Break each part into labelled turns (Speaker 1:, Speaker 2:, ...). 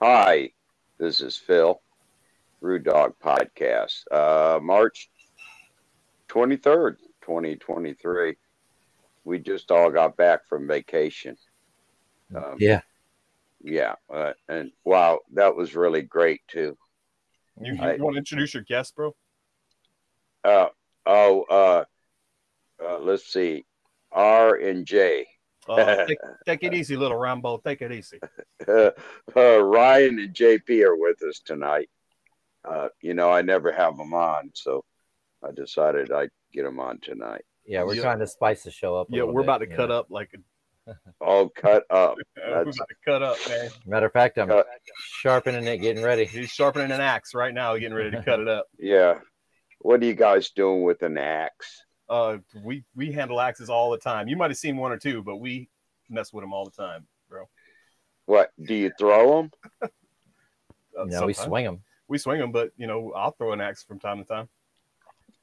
Speaker 1: Hi, this is Phil, Rude Dog Podcast, uh, March 23rd, 2023. We just all got back from vacation. Um,
Speaker 2: Yeah.
Speaker 1: Yeah. Uh, and wow, that was really great too.
Speaker 3: You, you
Speaker 1: I-
Speaker 3: want to introduce your guest, bro?
Speaker 1: Uh, oh, uh, uh, let's see. R and J.
Speaker 3: Uh, take, take it easy, little Rambo. Take it easy.
Speaker 1: uh, Ryan and JP are with us tonight. Uh, you know, I never have them on, so I decided I'd get them on tonight.
Speaker 2: Yeah, we're
Speaker 3: Yeah.
Speaker 2: trying to spice the show up. a
Speaker 3: Yeah,
Speaker 2: little
Speaker 3: we're
Speaker 2: bit,
Speaker 3: about to
Speaker 2: you
Speaker 3: cut
Speaker 2: know.
Speaker 3: up like a,
Speaker 1: All cut up.
Speaker 3: we're about
Speaker 1: That's-
Speaker 3: to cut up, man.
Speaker 2: Matter of fact, I'm
Speaker 1: Cut.
Speaker 2: sharpening it, getting ready.
Speaker 3: He's sharpening an axe right now, getting ready to cut it up.
Speaker 1: Yeah. What are you guys doing with an axe?
Speaker 3: Uh, we we handle axes all the time. You might have seen one or two, but we mess with them all the time, bro.
Speaker 1: What do you throw them?
Speaker 3: Uh,
Speaker 2: You know, we
Speaker 3: sometimes-
Speaker 2: swing them.
Speaker 3: we swing them, but you know, I'll throw an axe from time to time.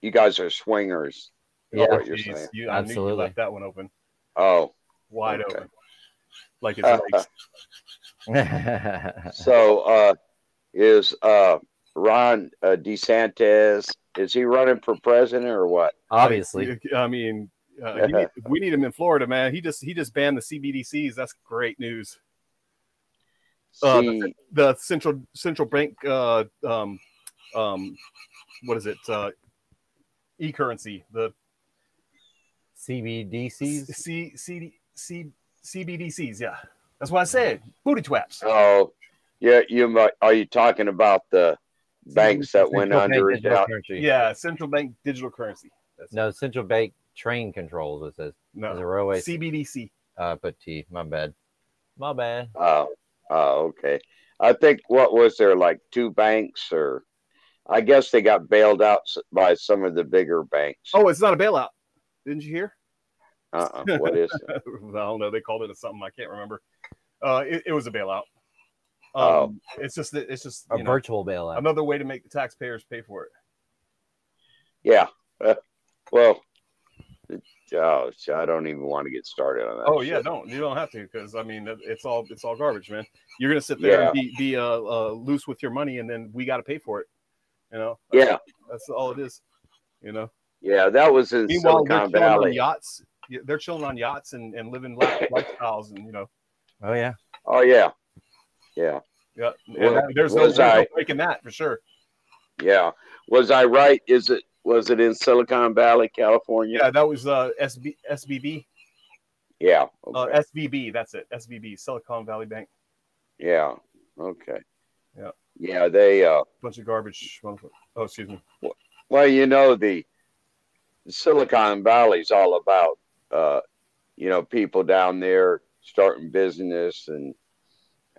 Speaker 1: You guys are swingers.
Speaker 2: Yeah.
Speaker 1: what you're
Speaker 3: Jeez,
Speaker 1: saying.
Speaker 3: you, I knew you
Speaker 2: Absolutely.
Speaker 3: left that one open,
Speaker 1: Oh,
Speaker 3: wide
Speaker 1: Okay.
Speaker 3: open, like it's legs.
Speaker 1: so uh, is uh, Ron uh, DeSantis? Is he running for president or what?
Speaker 2: Obviously,
Speaker 3: I mean, uh, he need- we need him in Florida, man. He just he just banned the CBDCs. That's great news. Uh,
Speaker 1: See,
Speaker 3: the central central bank uh um um what is it uh e currency the c
Speaker 2: CBDCs.
Speaker 3: c c, c cbdc's yeah that's what i said booty traps
Speaker 1: oh, yeah. You might, are you talking about the banks that went
Speaker 2: Central
Speaker 1: under?
Speaker 2: bank
Speaker 1: and
Speaker 2: digital
Speaker 1: out?
Speaker 2: currency.
Speaker 3: yeah central bank digital currency that's
Speaker 2: No, central bank train controls. It says as a
Speaker 3: no
Speaker 2: railway.
Speaker 3: cbdc
Speaker 2: uh, but T. My bad. My bad.
Speaker 1: Oh, oh, okay. I think what was there like two banks, or I guess they got bailed out s- by some of the bigger banks.
Speaker 3: oh it's not a bailout didn't you hear
Speaker 1: Uh-uh. What is it?
Speaker 3: i don't know they called it a something i can't remember uh it, it was a bailout um
Speaker 1: Oh.
Speaker 3: it's just that- it's just
Speaker 2: A
Speaker 3: you know,
Speaker 2: virtual bailout.
Speaker 3: another way to make the taxpayers pay for it
Speaker 1: Yeah. Uh, well, oh, sh- I don't even want to get started on that.
Speaker 3: Oh yeah,
Speaker 1: shit.
Speaker 3: don't you don't have to because I mean it- it's all it's all garbage, man. You're gonna sit there and be, be uh, uh, loose with your money, and then we got to pay for it. You know,
Speaker 1: Yeah,
Speaker 3: that's all it is. You know.
Speaker 1: yeah. That was in
Speaker 3: Meanwhile, they're
Speaker 1: Silicon
Speaker 3: chilling on
Speaker 1: Valley.
Speaker 3: yachts. Yeah, They're chilling on yachts and, and living life, lifestyles, and you know,
Speaker 2: oh yeah.
Speaker 1: Oh yeah, yeah,
Speaker 3: yeah.
Speaker 1: Well,
Speaker 3: and there's no,
Speaker 1: was
Speaker 3: there's no
Speaker 1: I-
Speaker 3: breaking that for sure.
Speaker 1: yeah. Was I right? Is it was it in Silicon Valley, California?
Speaker 3: Yeah, that was uh, SB, SBB,
Speaker 1: Yeah.
Speaker 3: uh,
Speaker 1: Okay.
Speaker 3: SVB. That's it, SVB, Silicon Valley Bank.
Speaker 1: yeah. Okay.
Speaker 3: Yeah.
Speaker 1: Yeah. They. Uh,
Speaker 3: Bunch of garbage. motherfucker- Oh, excuse me.
Speaker 1: Well, you know, the Silicon Valley's all about, uh, you know, people down there starting business. And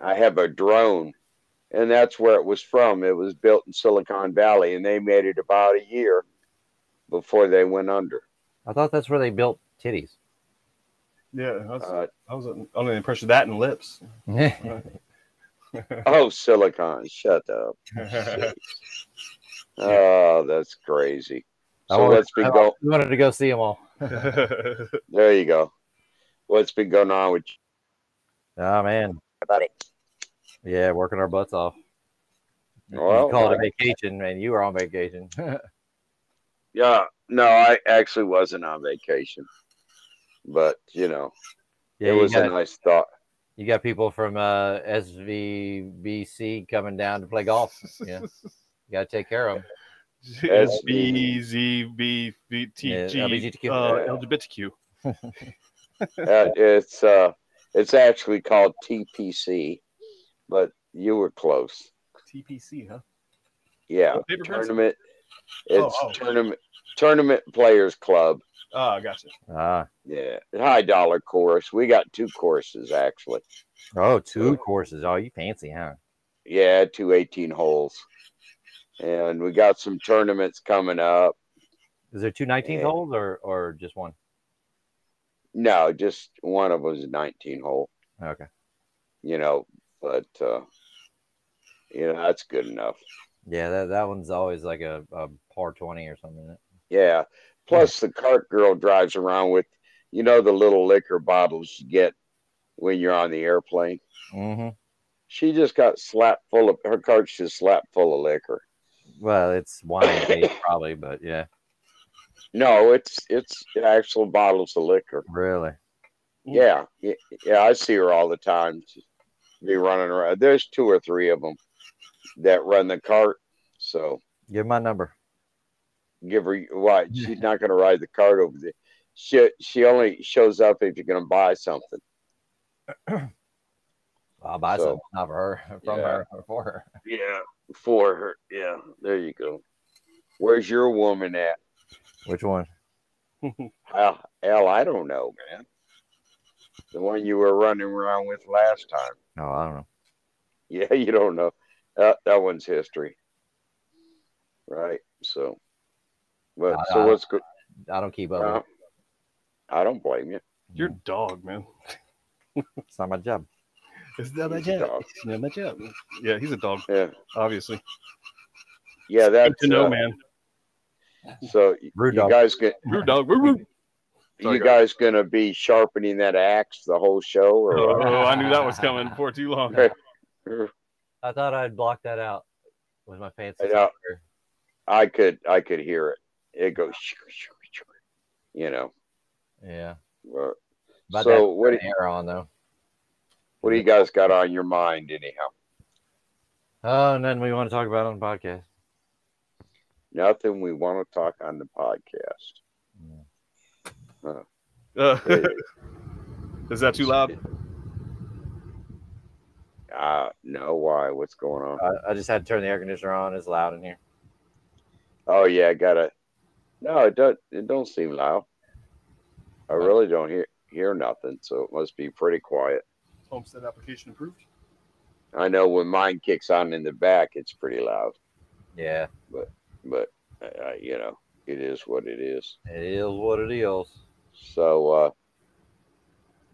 Speaker 1: I have a drone, and that's where it was from. It was built in Silicon Valley, and they made it about a year before they went under.
Speaker 2: I thought that's where they built titties.
Speaker 3: Yeah, I was,
Speaker 1: Uh,
Speaker 3: I was under the impression of that and lips.
Speaker 1: oh, Silicon, shut up. Oh, that's crazy.
Speaker 2: I
Speaker 1: So
Speaker 2: wanted-
Speaker 1: what's been
Speaker 2: I
Speaker 1: going?
Speaker 2: wanted to go see them all.
Speaker 1: There you go. What's been going on with you
Speaker 2: Oh man.
Speaker 1: about it?
Speaker 2: Yeah, working our butts off.
Speaker 1: Well,
Speaker 2: you call it a vacation, man. You were on vacation.
Speaker 1: Yeah, no, I actually wasn't on vacation, but you know,
Speaker 2: Yeah,
Speaker 1: it was
Speaker 2: you,
Speaker 1: a
Speaker 2: got,
Speaker 1: nice thought.
Speaker 2: you got people from uh, SVBC coming down to play golf. Yeah, you got to take care of them.
Speaker 3: S
Speaker 1: SB.
Speaker 3: B E Z B B T G
Speaker 2: Yeah,
Speaker 3: uh,
Speaker 2: LGBTQ.
Speaker 3: LGBTQ.
Speaker 1: Uh, it's uh, it's actually called TPC, but you were close.
Speaker 3: TPC, huh?
Speaker 1: Yeah,
Speaker 3: Oh, paper pencil.
Speaker 1: tournament.
Speaker 3: Oh,
Speaker 1: It's
Speaker 3: oh.
Speaker 1: tournament tournament players club.
Speaker 3: Oh, I gotcha.
Speaker 2: Ah,
Speaker 1: Yeah, high dollar course. We got two courses actually.
Speaker 2: oh, two courses. Oh, you fancy, huh?
Speaker 1: Yeah, two 18 holes, and we got some tournaments coming up.
Speaker 2: Is there two 19th
Speaker 1: Yeah.
Speaker 2: holes or or just one?
Speaker 1: No, just one of them's a 19 hole.
Speaker 2: Okay.
Speaker 1: you know, but uh, you know that's good enough.
Speaker 2: Yeah, that, that one's always like a, a par 20 or something. Isn't it?
Speaker 1: Yeah. Plus, the cart girl drives around with, you know, the little liquor bottles you get when you're on the airplane.
Speaker 2: Mm-hmm.
Speaker 1: She just got slapped full of her cart's just slapped full of liquor.
Speaker 2: Well, it's wine based probably, but yeah,
Speaker 1: No, it's it's actual bottles of liquor.
Speaker 2: really.
Speaker 1: Yeah, yeah, yeah, I see her all the time. She be running around. There's two or three of them that run the cart. So
Speaker 2: Give my number.
Speaker 1: give her why she's not going to ride the cart over there. She she only shows up if you're going to buy something.
Speaker 2: I'll buy
Speaker 1: So-
Speaker 2: something not for her, from
Speaker 1: Yeah.
Speaker 2: her, or for her.
Speaker 1: Yeah, for her. Yeah, there you go. Where's your woman at?
Speaker 2: Which one?
Speaker 1: Al, Al I don't know, man. The one you were running around with last time.
Speaker 2: No, Oh, I don't know.
Speaker 1: Yeah, you don't know. That that one's history, right? So, but
Speaker 2: I-
Speaker 1: so
Speaker 2: I-
Speaker 1: what's good?
Speaker 2: I don't keep up.
Speaker 1: Uh,
Speaker 2: with
Speaker 1: I don't blame you.
Speaker 3: Your dog, man.
Speaker 2: it. It's not my job.
Speaker 3: It's not
Speaker 1: He's a dog.
Speaker 3: It's not my job. Yeah, he's a dog,
Speaker 1: Yeah,
Speaker 3: obviously.
Speaker 1: yeah. That's
Speaker 3: Good to know,
Speaker 1: uh,
Speaker 3: man.
Speaker 1: So
Speaker 2: Rude
Speaker 1: you
Speaker 2: dog.
Speaker 1: guys get
Speaker 3: Rude dog. Rude, rude. Sorry,
Speaker 1: you
Speaker 3: go ahead.
Speaker 1: guys gonna be sharpening that axe the whole show, or
Speaker 3: Oh,
Speaker 1: what?
Speaker 3: I knew that was coming for too long.
Speaker 1: Okay.
Speaker 2: I thought I'd block that out with my fancy.
Speaker 1: I know.
Speaker 2: speaker.
Speaker 1: I could I could hear it. It goes, you know.
Speaker 2: Yeah.
Speaker 1: uh,
Speaker 2: About
Speaker 1: so what do,
Speaker 2: that hair on though.
Speaker 1: what do you guys got on your mind anyhow?
Speaker 2: Oh, nothing we want to talk about on the podcast.
Speaker 1: Nothing we want to talk on the podcast.
Speaker 3: Uh, is that too loud?
Speaker 1: Uh, no, why? What's going on?
Speaker 2: I, I just had to turn the air conditioner on. It's loud in here.
Speaker 1: Oh yeah, I gotta. No, it don't. It don't seem loud. I really don't hear hear nothing, so it must be pretty quiet.
Speaker 3: Homestead application approved.
Speaker 1: I know when mine kicks on in the back, it's pretty loud,
Speaker 2: Yeah.
Speaker 1: but uh, you know, it is what it is.
Speaker 2: It is what it is.
Speaker 1: So uh,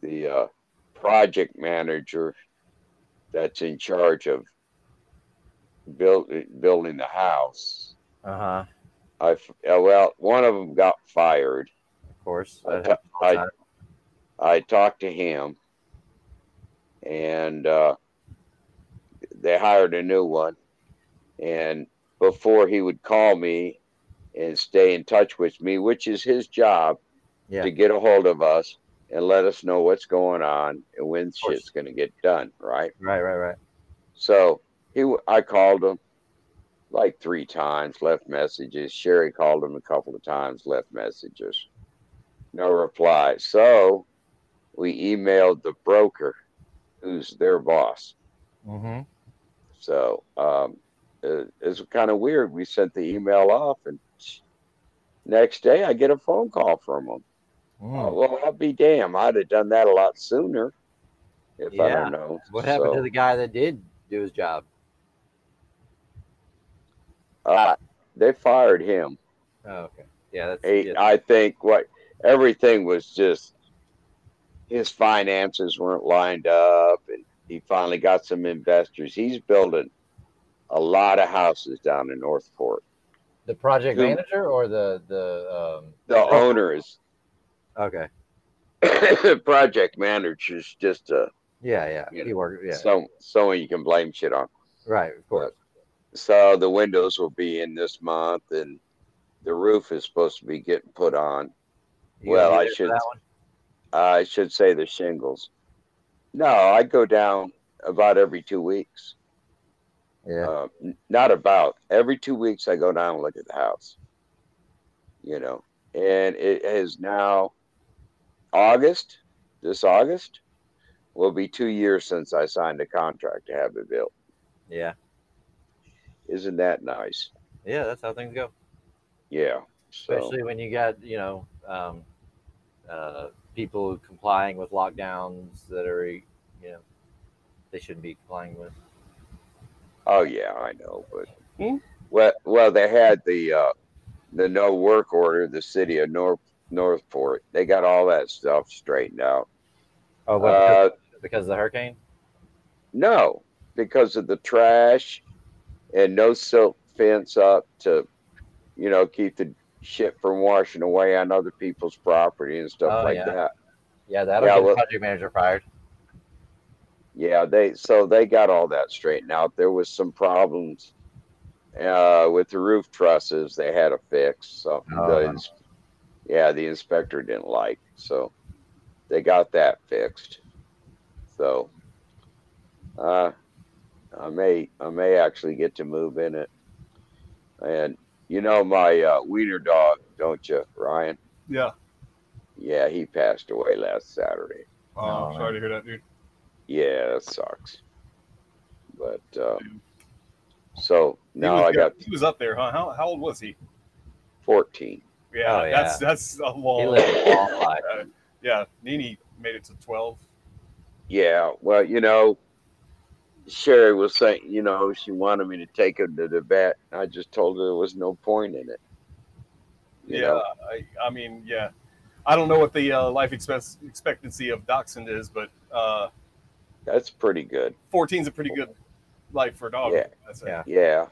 Speaker 1: the uh, project manager that's in charge of build, building the house,
Speaker 2: Uh huh.
Speaker 1: I f- uh, well, one of them got fired.
Speaker 2: Of course.
Speaker 1: I
Speaker 2: That
Speaker 1: ta-
Speaker 2: happens all the
Speaker 1: I-
Speaker 2: time.
Speaker 1: I talked to him, and uh, they hired a new one. And before he would call me and stay in touch with me, which is his job
Speaker 2: Yeah.
Speaker 1: to get a hold of us and let us know what's going on and when
Speaker 3: course.
Speaker 1: shit's going to get done, right?
Speaker 2: Right. Right. Right.
Speaker 1: So he, w- I called him like three times, left messages. Sherry called him a couple of times, left messages. No reply. So we emailed the broker, who's their boss.
Speaker 2: Mm-hmm.
Speaker 1: So um, it, it's kind of weird. We sent the email off, and next day I get a phone call from him.
Speaker 2: Mm-hmm. Hmm.
Speaker 1: Oh, well, I'll be damn. I'd have done that a lot sooner if I
Speaker 2: Yeah.
Speaker 1: don't know.
Speaker 2: What happened
Speaker 1: So-
Speaker 2: to the guy that did do his job?
Speaker 1: Uh, they fired him.
Speaker 2: Oh, okay. Yeah. That's
Speaker 1: He-
Speaker 2: yeah.
Speaker 1: I think what everything was just his finances weren't lined up, and he finally got some investors. He's building a lot of houses down in North Fork.
Speaker 2: the project
Speaker 1: Who-
Speaker 2: manager or the the um.
Speaker 1: The owner is
Speaker 2: Okay.
Speaker 1: project manager is just a
Speaker 2: Yeah. Yeah.
Speaker 1: You
Speaker 2: He worked. Yeah.
Speaker 1: some someone you can blame shit on.
Speaker 2: right. Of course.
Speaker 1: So the windows will be in this month, and the roof is supposed to be getting put on.
Speaker 2: You gonna
Speaker 1: Well,
Speaker 2: be
Speaker 1: I
Speaker 2: there for
Speaker 1: should-
Speaker 2: That one?
Speaker 1: I should say the shingles. No, I go down about every two weeks.
Speaker 2: Yeah.
Speaker 1: Uh, n- not about every two weeks, I go down and look at the house. You know, and it is now August. This August will be two years since I signed a contract to have it built.
Speaker 2: yeah.
Speaker 1: Isn't that nice?
Speaker 2: Yeah. That's how things go.
Speaker 1: Yeah. So
Speaker 2: especially when you got you know um, uh, people complying with lockdowns that are you know they shouldn't be complying with.
Speaker 1: Oh yeah, I know, but
Speaker 3: Hmm?
Speaker 1: well, well, they had the uh, the no work order. The city of North Northport, they got all that stuff straightened out.
Speaker 2: Oh, what,
Speaker 1: Uh,
Speaker 2: because of the hurricane.
Speaker 1: no, because of the trash and no silk fence up to, you know, keep the shit from washing away on other people's property and stuff
Speaker 2: Oh,
Speaker 1: like
Speaker 2: yeah.
Speaker 1: that.
Speaker 2: Yeah, that'll
Speaker 1: yeah,
Speaker 2: get
Speaker 1: well-
Speaker 2: the project manager fired.
Speaker 1: yeah, they so they got all that straightened out. There was some problems uh, with the roof trusses they had to fix. So
Speaker 2: Oh.
Speaker 1: the ins- yeah, the inspector didn't like, so they got that fixed. So uh, I may I may actually get to move in it, and you know my uh, wiener dog, don't you, Ryan?
Speaker 3: Yeah.
Speaker 1: Yeah, he passed away last Saturday.
Speaker 3: Oh,
Speaker 2: No,
Speaker 3: I'm sorry to hear that, dude.
Speaker 1: Yeah, that sucks. But uh, so
Speaker 3: He
Speaker 1: now
Speaker 3: was
Speaker 1: I got
Speaker 3: good. He was up there, huh? How, how old was he?
Speaker 1: 14.
Speaker 3: Yeah,
Speaker 2: Oh, yeah.
Speaker 3: that's that's a long.
Speaker 2: He lived a long life.
Speaker 3: yeah, Nini made it to twelve.
Speaker 1: Yeah, well, you know, Sherry was saying, you know, she wanted me to take him to the vet. I just told her there was no point in it. You
Speaker 3: yeah,
Speaker 1: know?
Speaker 3: I, I mean, yeah, I don't know what the uh, life expect- expectancy of dachshund is, but uh,
Speaker 1: that's pretty good.
Speaker 3: 14 is a pretty good life for a dog.
Speaker 1: Yeah.
Speaker 3: That's
Speaker 2: Yeah.
Speaker 1: Yeah.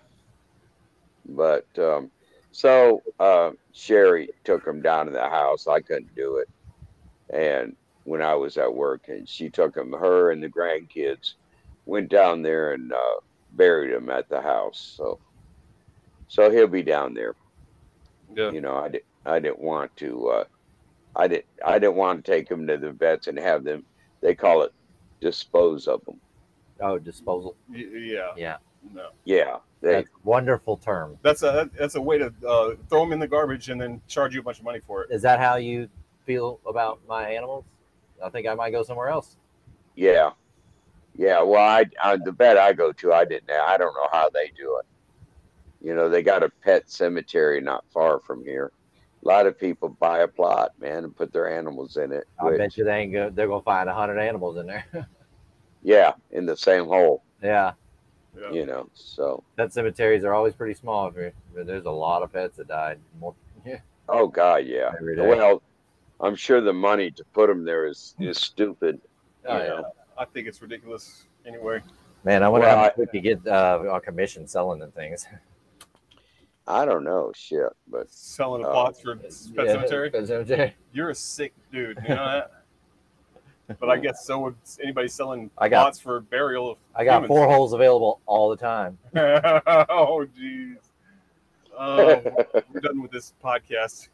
Speaker 1: But um, so uh, Sherry took him down to the house. I couldn't do it. And when I was at work, and she took him, her and the grandkids went down there and uh, buried him at the house. So, so he'll be down there.
Speaker 3: Yeah.
Speaker 1: You know, I did. I didn't want to. Uh, I didn't. I didn't want to take him to the vets and have them. They call it dispose of them.
Speaker 2: Oh, disposal.
Speaker 3: Y- Yeah.
Speaker 2: Yeah.
Speaker 3: No,
Speaker 1: Yeah, they,
Speaker 2: That's a wonderful term.
Speaker 3: that's a that's a way to uh, throw them in the garbage and then charge you a bunch of money for it.
Speaker 2: Is that how you feel about my animals? I think I might go somewhere else.
Speaker 1: Yeah, yeah. Well, I, I the vet I go to, I didn't. I don't know how they do it. You know, they got a pet cemetery not far from here. A lot of people buy a plot, man, and put their animals in it.
Speaker 2: I
Speaker 1: which-
Speaker 2: bet you they ain't go, they're gonna find a hundred animals in there.
Speaker 1: yeah, in the same hole.
Speaker 2: yeah,
Speaker 3: Yeah.
Speaker 1: You know, so
Speaker 2: pet cemeteries are always pretty small. If you're, but there's a lot of pets that died. More, yeah,
Speaker 1: oh god, yeah.
Speaker 2: every day.
Speaker 1: Well, I'm sure the money to put them there is is stupid.
Speaker 3: Oh,
Speaker 1: you
Speaker 3: yeah.
Speaker 1: know.
Speaker 3: I think it's ridiculous anyway.
Speaker 2: Man, I wonder
Speaker 1: Well,
Speaker 2: how
Speaker 1: I-
Speaker 2: much we could get uh, on commission selling them things.
Speaker 1: I don't know, shit, but
Speaker 3: Selling a
Speaker 1: Oh.
Speaker 3: box for pet
Speaker 2: Yeah,
Speaker 3: cemetery.
Speaker 2: Pet cemetery.
Speaker 3: You're a sick dude. You know that? but I guess so would anybody selling
Speaker 2: I got-
Speaker 3: pots for burial of
Speaker 2: I got
Speaker 3: humans.
Speaker 2: four holes available all the time.
Speaker 3: oh jeez. Oh, we're done with this podcast.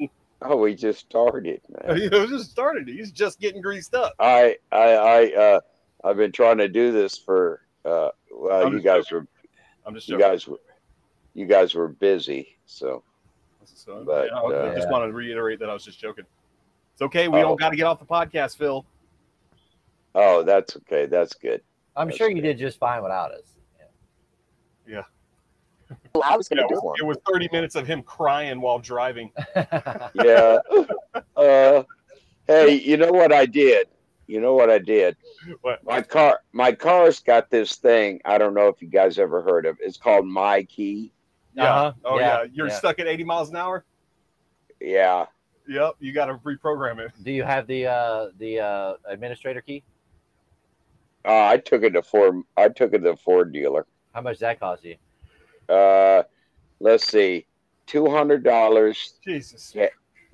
Speaker 1: oh, we just started, man.
Speaker 3: He just started. it. He's just getting greased up.
Speaker 1: I I I uh I've been trying to do this for uh well
Speaker 3: I'm
Speaker 1: you
Speaker 3: just
Speaker 1: guys were
Speaker 3: I'm just
Speaker 1: you
Speaker 3: joking.
Speaker 1: guys were you guys were busy, so
Speaker 3: So,
Speaker 1: But,
Speaker 3: yeah, I- I
Speaker 2: uh,
Speaker 3: just want to reiterate that I was just joking. It's okay. We
Speaker 1: Oh.
Speaker 3: don't got to get off the podcast, Phil.
Speaker 1: oh that's okay, that's good.
Speaker 2: I'm
Speaker 1: That's
Speaker 2: sure you
Speaker 1: good.
Speaker 2: did just fine without us.
Speaker 1: I was
Speaker 3: Yeah, it, was, it was 30 minutes of him crying while driving.
Speaker 1: Yeah. uh, hey, you know what I did? You know what I did?
Speaker 3: What?
Speaker 1: My car my car's got this thing, I don't know if you guys ever heard of. It's called My Key.
Speaker 3: Yeah.
Speaker 2: Uh-huh.
Speaker 3: Oh, yeah.
Speaker 2: Yeah,
Speaker 3: You're
Speaker 2: yeah.
Speaker 3: stuck at 80 miles an hour.
Speaker 1: Yeah.
Speaker 3: Yep. You got to reprogram it.
Speaker 2: Do you have the uh, the uh, administrator key?
Speaker 1: Uh, I took it to Ford I took it to Ford dealer.
Speaker 2: How much does that cost you?
Speaker 1: Uh let's see. Two hundred dollars
Speaker 3: Jesus.
Speaker 1: Yeah.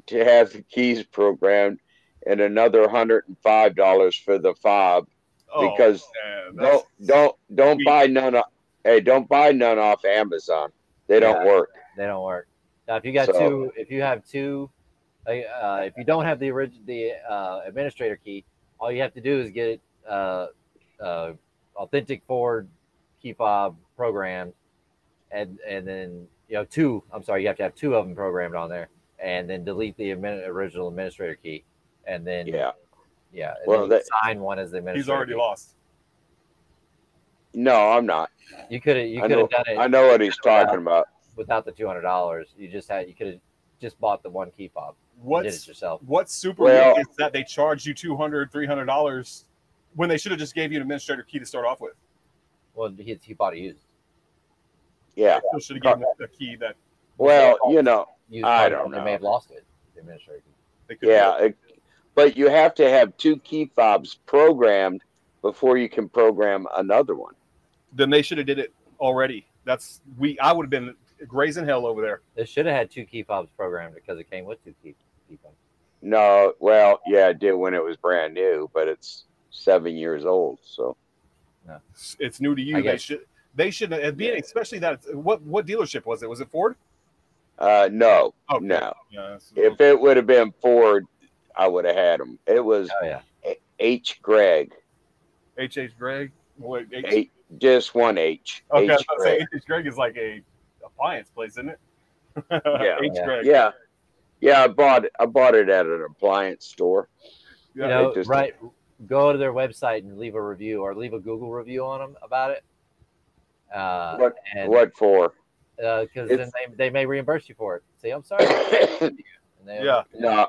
Speaker 1: to have the keys programmed and another hundred and five dollars for the fob.
Speaker 3: Oh,
Speaker 1: Because
Speaker 3: man,
Speaker 1: Don't don't don't
Speaker 3: Sweet.
Speaker 1: buy none off hey, don't buy none off Amazon. They don't
Speaker 2: Yeah.
Speaker 1: work.
Speaker 2: They don't work. Now, if you got
Speaker 1: So-
Speaker 2: two, if you have two, uh, uh, if you don't have the original the uh, administrator key, all you have to do is get it uh, uh, authentic Ford key fob programmed, and and then you know two. I'm sorry, you have to have two of them programmed on there, and then delete the admin, original administrator key, and then
Speaker 1: Yeah.
Speaker 2: yeah, and
Speaker 1: Well,
Speaker 2: then
Speaker 1: that-
Speaker 2: sign one as the administrator.
Speaker 3: he's already
Speaker 2: key.
Speaker 3: lost.
Speaker 1: No, I'm not.
Speaker 2: You could have you
Speaker 1: I
Speaker 2: could
Speaker 1: know-
Speaker 2: have done it.
Speaker 1: I know what he's talking about.
Speaker 2: without the two hundred dollars. You just had you could have just bought the one key fob. You did it
Speaker 3: What's,
Speaker 2: yourself.
Speaker 3: what's super
Speaker 1: Well-
Speaker 3: weird is that they charge you 200 $300 when they should have just gave you an administrator key to start off with.
Speaker 2: Well, he, he bought a used.
Speaker 1: Yeah.
Speaker 3: They should have given him a key that
Speaker 1: Well, you know,
Speaker 2: used
Speaker 1: I
Speaker 2: product,
Speaker 1: don't
Speaker 2: and They
Speaker 1: know.
Speaker 2: may have lost it. The administrator.
Speaker 3: they could
Speaker 1: yeah. it- but you have to have two key fobs programmed before you can program another one.
Speaker 3: Then they should have did it already. That's we. I would have been grazing hell over there.
Speaker 2: They should have had two key fobs programmed because it came with two key, key fobs.
Speaker 1: No, well, yeah, it did when it was brand new, but it's seven years old. So
Speaker 3: It's new to you.
Speaker 2: I
Speaker 3: They
Speaker 2: guess.
Speaker 3: should. They shouldn't. And being especially that. What what dealership was it? Was it Ford?
Speaker 1: uh, no,
Speaker 3: Oh
Speaker 1: no.
Speaker 3: Yeah, so-
Speaker 1: If it would have been Ford, I would have had him. It was
Speaker 2: Oh yeah.
Speaker 1: H. Gregg.
Speaker 3: H H Greg. What, H,
Speaker 1: H, just one H.
Speaker 3: okay, I was
Speaker 1: H.
Speaker 3: about to say
Speaker 1: Gregg.
Speaker 3: H H Greg is like a appliance place, isn't it?
Speaker 1: Yeah.
Speaker 3: H
Speaker 2: Yeah.
Speaker 3: Greg.
Speaker 1: Yeah, yeah. I bought it. I bought it at an appliance store.
Speaker 3: Yeah.
Speaker 2: you know,
Speaker 1: It just-
Speaker 2: right? Go to their website and leave a review or leave a Google review on them about it. Uh,
Speaker 1: What-
Speaker 2: and
Speaker 1: what for?
Speaker 2: because then
Speaker 1: it's-
Speaker 2: they, they may reimburse you for it. Say, I'm sorry. And they-
Speaker 3: Yeah.
Speaker 1: no,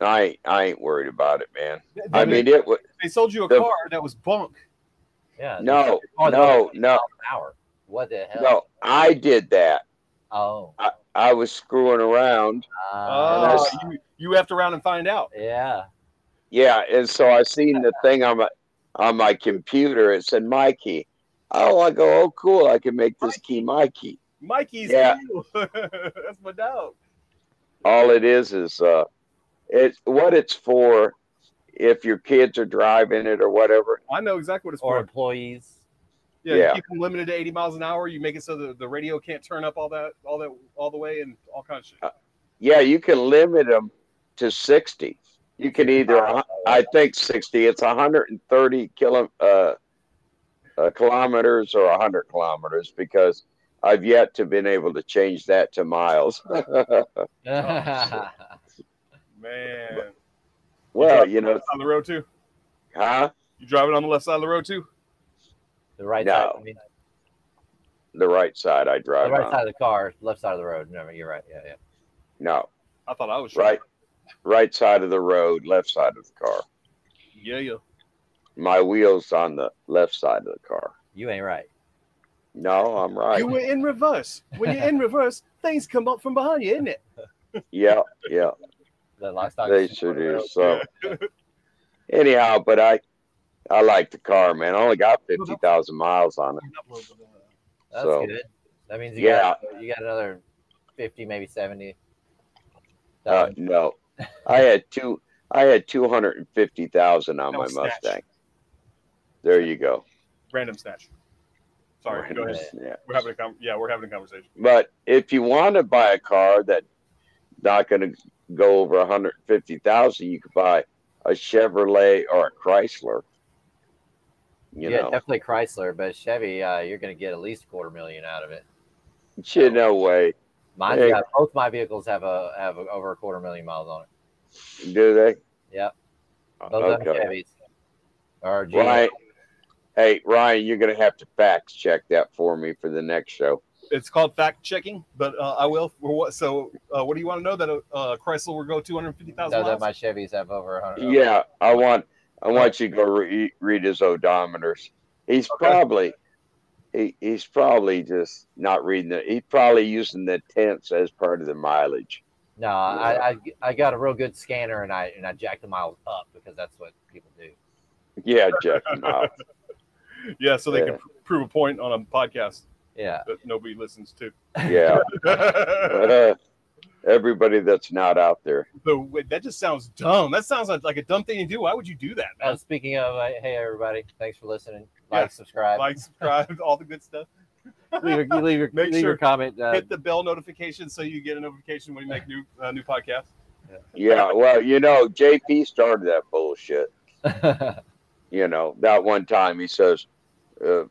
Speaker 1: I ain't- I ain't worried about it, man.
Speaker 3: They,
Speaker 1: I mean, it was
Speaker 3: they sold you a
Speaker 1: the-
Speaker 3: car that was bunk.
Speaker 2: yeah.
Speaker 1: no,
Speaker 2: Oh, they
Speaker 1: no,
Speaker 2: were $20
Speaker 1: no,
Speaker 2: An hour. What the hell?
Speaker 1: no. I did that.
Speaker 2: Oh.
Speaker 1: I was screwing around.
Speaker 2: uh,
Speaker 3: Oh,
Speaker 1: that's-
Speaker 3: you, you have to round and find out.
Speaker 2: yeah.
Speaker 1: Yeah, and so I seen the thing on my on my computer. It said Mikey. Oh, I go, oh, cool. I can make this key Mikey.
Speaker 3: Mikey's
Speaker 1: Yeah.
Speaker 3: you. That's my dog.
Speaker 1: All it is is uh, it's what it's for. If your kids are driving it or whatever,
Speaker 3: I know exactly what it's
Speaker 2: Or
Speaker 3: for.
Speaker 2: employees.
Speaker 3: Yeah, you
Speaker 1: Yeah.
Speaker 3: keep them limited to 80 miles an hour. You make it so the, the radio can't turn up all that all that all the way and all kinds of shit.
Speaker 1: yeah, you can limit them to sixty. You can either, I think, sixty. It's one hundred and thirty kilo uh, uh, kilometers or hundred kilometers because I've yet to been able to change that to miles.
Speaker 3: Oh, Man.
Speaker 1: well, you know,
Speaker 3: on the road too.
Speaker 1: huh?
Speaker 3: You driving on the left side of the road too?
Speaker 2: the right
Speaker 1: No.
Speaker 2: side. I mean,
Speaker 1: The right side I
Speaker 2: the
Speaker 1: drive
Speaker 2: right
Speaker 1: on.
Speaker 2: side of the car, left side of the road. No, you're right. Yeah, yeah.
Speaker 1: No,
Speaker 3: I thought I was
Speaker 1: right,
Speaker 3: driving.
Speaker 1: right side of the road, left side of the car.
Speaker 3: Yeah, yeah.
Speaker 1: My wheels on the left side of the car.
Speaker 2: You ain't right.
Speaker 1: No, I'm right.
Speaker 3: You were in reverse. When you're in reverse, things come up from behind you, isn't it?
Speaker 1: yeah, yeah.
Speaker 2: The livestock.
Speaker 1: They
Speaker 2: is-
Speaker 1: sure do. So anyhow, but I I like the car, man. I only got fifty thousand miles on it.
Speaker 2: That's
Speaker 1: So-
Speaker 2: good. That means you got you got another fifty, maybe seventy.
Speaker 1: Uh, no. I had two I had two hundred and fifty thousand on
Speaker 3: That
Speaker 1: my
Speaker 3: was snatched.
Speaker 1: Mustang. There you go.
Speaker 3: Random snatch. Sorry, go
Speaker 1: Random
Speaker 3: ahead.
Speaker 1: snap.
Speaker 3: We're having a com- yeah, we're having a conversation.
Speaker 1: But if you want to buy a car that's not going to go over 150,000, you could buy a Chevrolet or a Chrysler. You
Speaker 2: yeah,
Speaker 1: know,
Speaker 2: definitely Chrysler, but Chevy, uh, you're going to get at least a quarter million out of it.
Speaker 1: you know, way
Speaker 2: Mine's
Speaker 1: Hey.
Speaker 2: got both my vehicles have a have a, over a quarter million miles on it.
Speaker 1: do they?
Speaker 2: Yep. Both of them
Speaker 1: Okay.
Speaker 2: Chevys. Or G-
Speaker 1: Ryan, hey Ryan, you're going to have to fact check that for me for the next show.
Speaker 3: It's called fact checking, but uh, I will. For what, so, uh, what do you want to know that uh, Chrysler will go 250,000
Speaker 2: no, that
Speaker 3: miles?
Speaker 2: my Chevys have over a hundred.
Speaker 1: Yeah, I want I want you to go re- read his odometers. He's probably he, he's probably just not reading it. He's probably using the tenths as part of the mileage.
Speaker 2: No, I, I I got a real good scanner and I and I jacked the miles up because that's what people do.
Speaker 1: Yeah, Jeff. No.
Speaker 3: yeah, so they
Speaker 1: Yeah.
Speaker 3: can pr- prove a point on a podcast
Speaker 2: Yeah.
Speaker 3: that nobody listens to.
Speaker 1: Yeah, Uh, everybody that's not out there.
Speaker 3: So, wait, that just sounds dumb. That sounds like, like a dumb thing to do. Why would you do that?
Speaker 2: Uh, speaking of, uh, hey everybody, thanks for listening.
Speaker 3: Yeah.
Speaker 2: Like, subscribe,
Speaker 3: Like, subscribe, all the good stuff.
Speaker 2: leave your leave your,
Speaker 3: Make
Speaker 2: leave
Speaker 3: sure-
Speaker 2: your comment. Uh,
Speaker 3: Hit the bell notification so you get a notification when you make new uh, new podcasts.
Speaker 1: Yeah, well, you know, JP started that bullshit. You know, that one time he says, uh,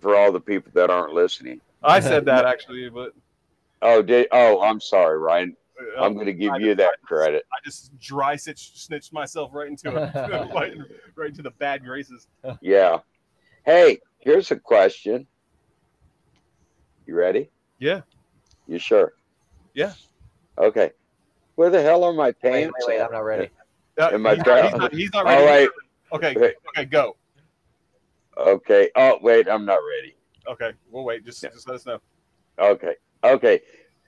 Speaker 1: for all the people that aren't listening.
Speaker 3: I said that actually, but
Speaker 1: Oh, did, oh, I'm sorry, Ryan.
Speaker 3: uh,
Speaker 1: I'm going to give
Speaker 3: I
Speaker 1: you
Speaker 3: just-
Speaker 1: that credit.
Speaker 3: I just dry stitch, snitched myself right into it, right, right into the bad graces.
Speaker 1: Yeah. Hey, here's a question. You ready?
Speaker 3: Yeah.
Speaker 1: You sure?
Speaker 3: Yeah.
Speaker 1: Okay. Where the hell are my
Speaker 2: wait, wait,
Speaker 1: pants?
Speaker 2: wait,
Speaker 1: at?
Speaker 2: I'm not ready.
Speaker 3: Uh,
Speaker 1: In my
Speaker 3: he's, not,
Speaker 1: bra-
Speaker 3: he's, not, he's not
Speaker 1: All
Speaker 3: ready.
Speaker 1: right.
Speaker 3: Okay,
Speaker 1: Okay.
Speaker 3: okay, go.
Speaker 1: Okay. Oh, wait, I'm not ready.
Speaker 3: Okay, we'll wait. Just,
Speaker 1: Yeah.
Speaker 3: just let us know.
Speaker 1: Okay. Okay.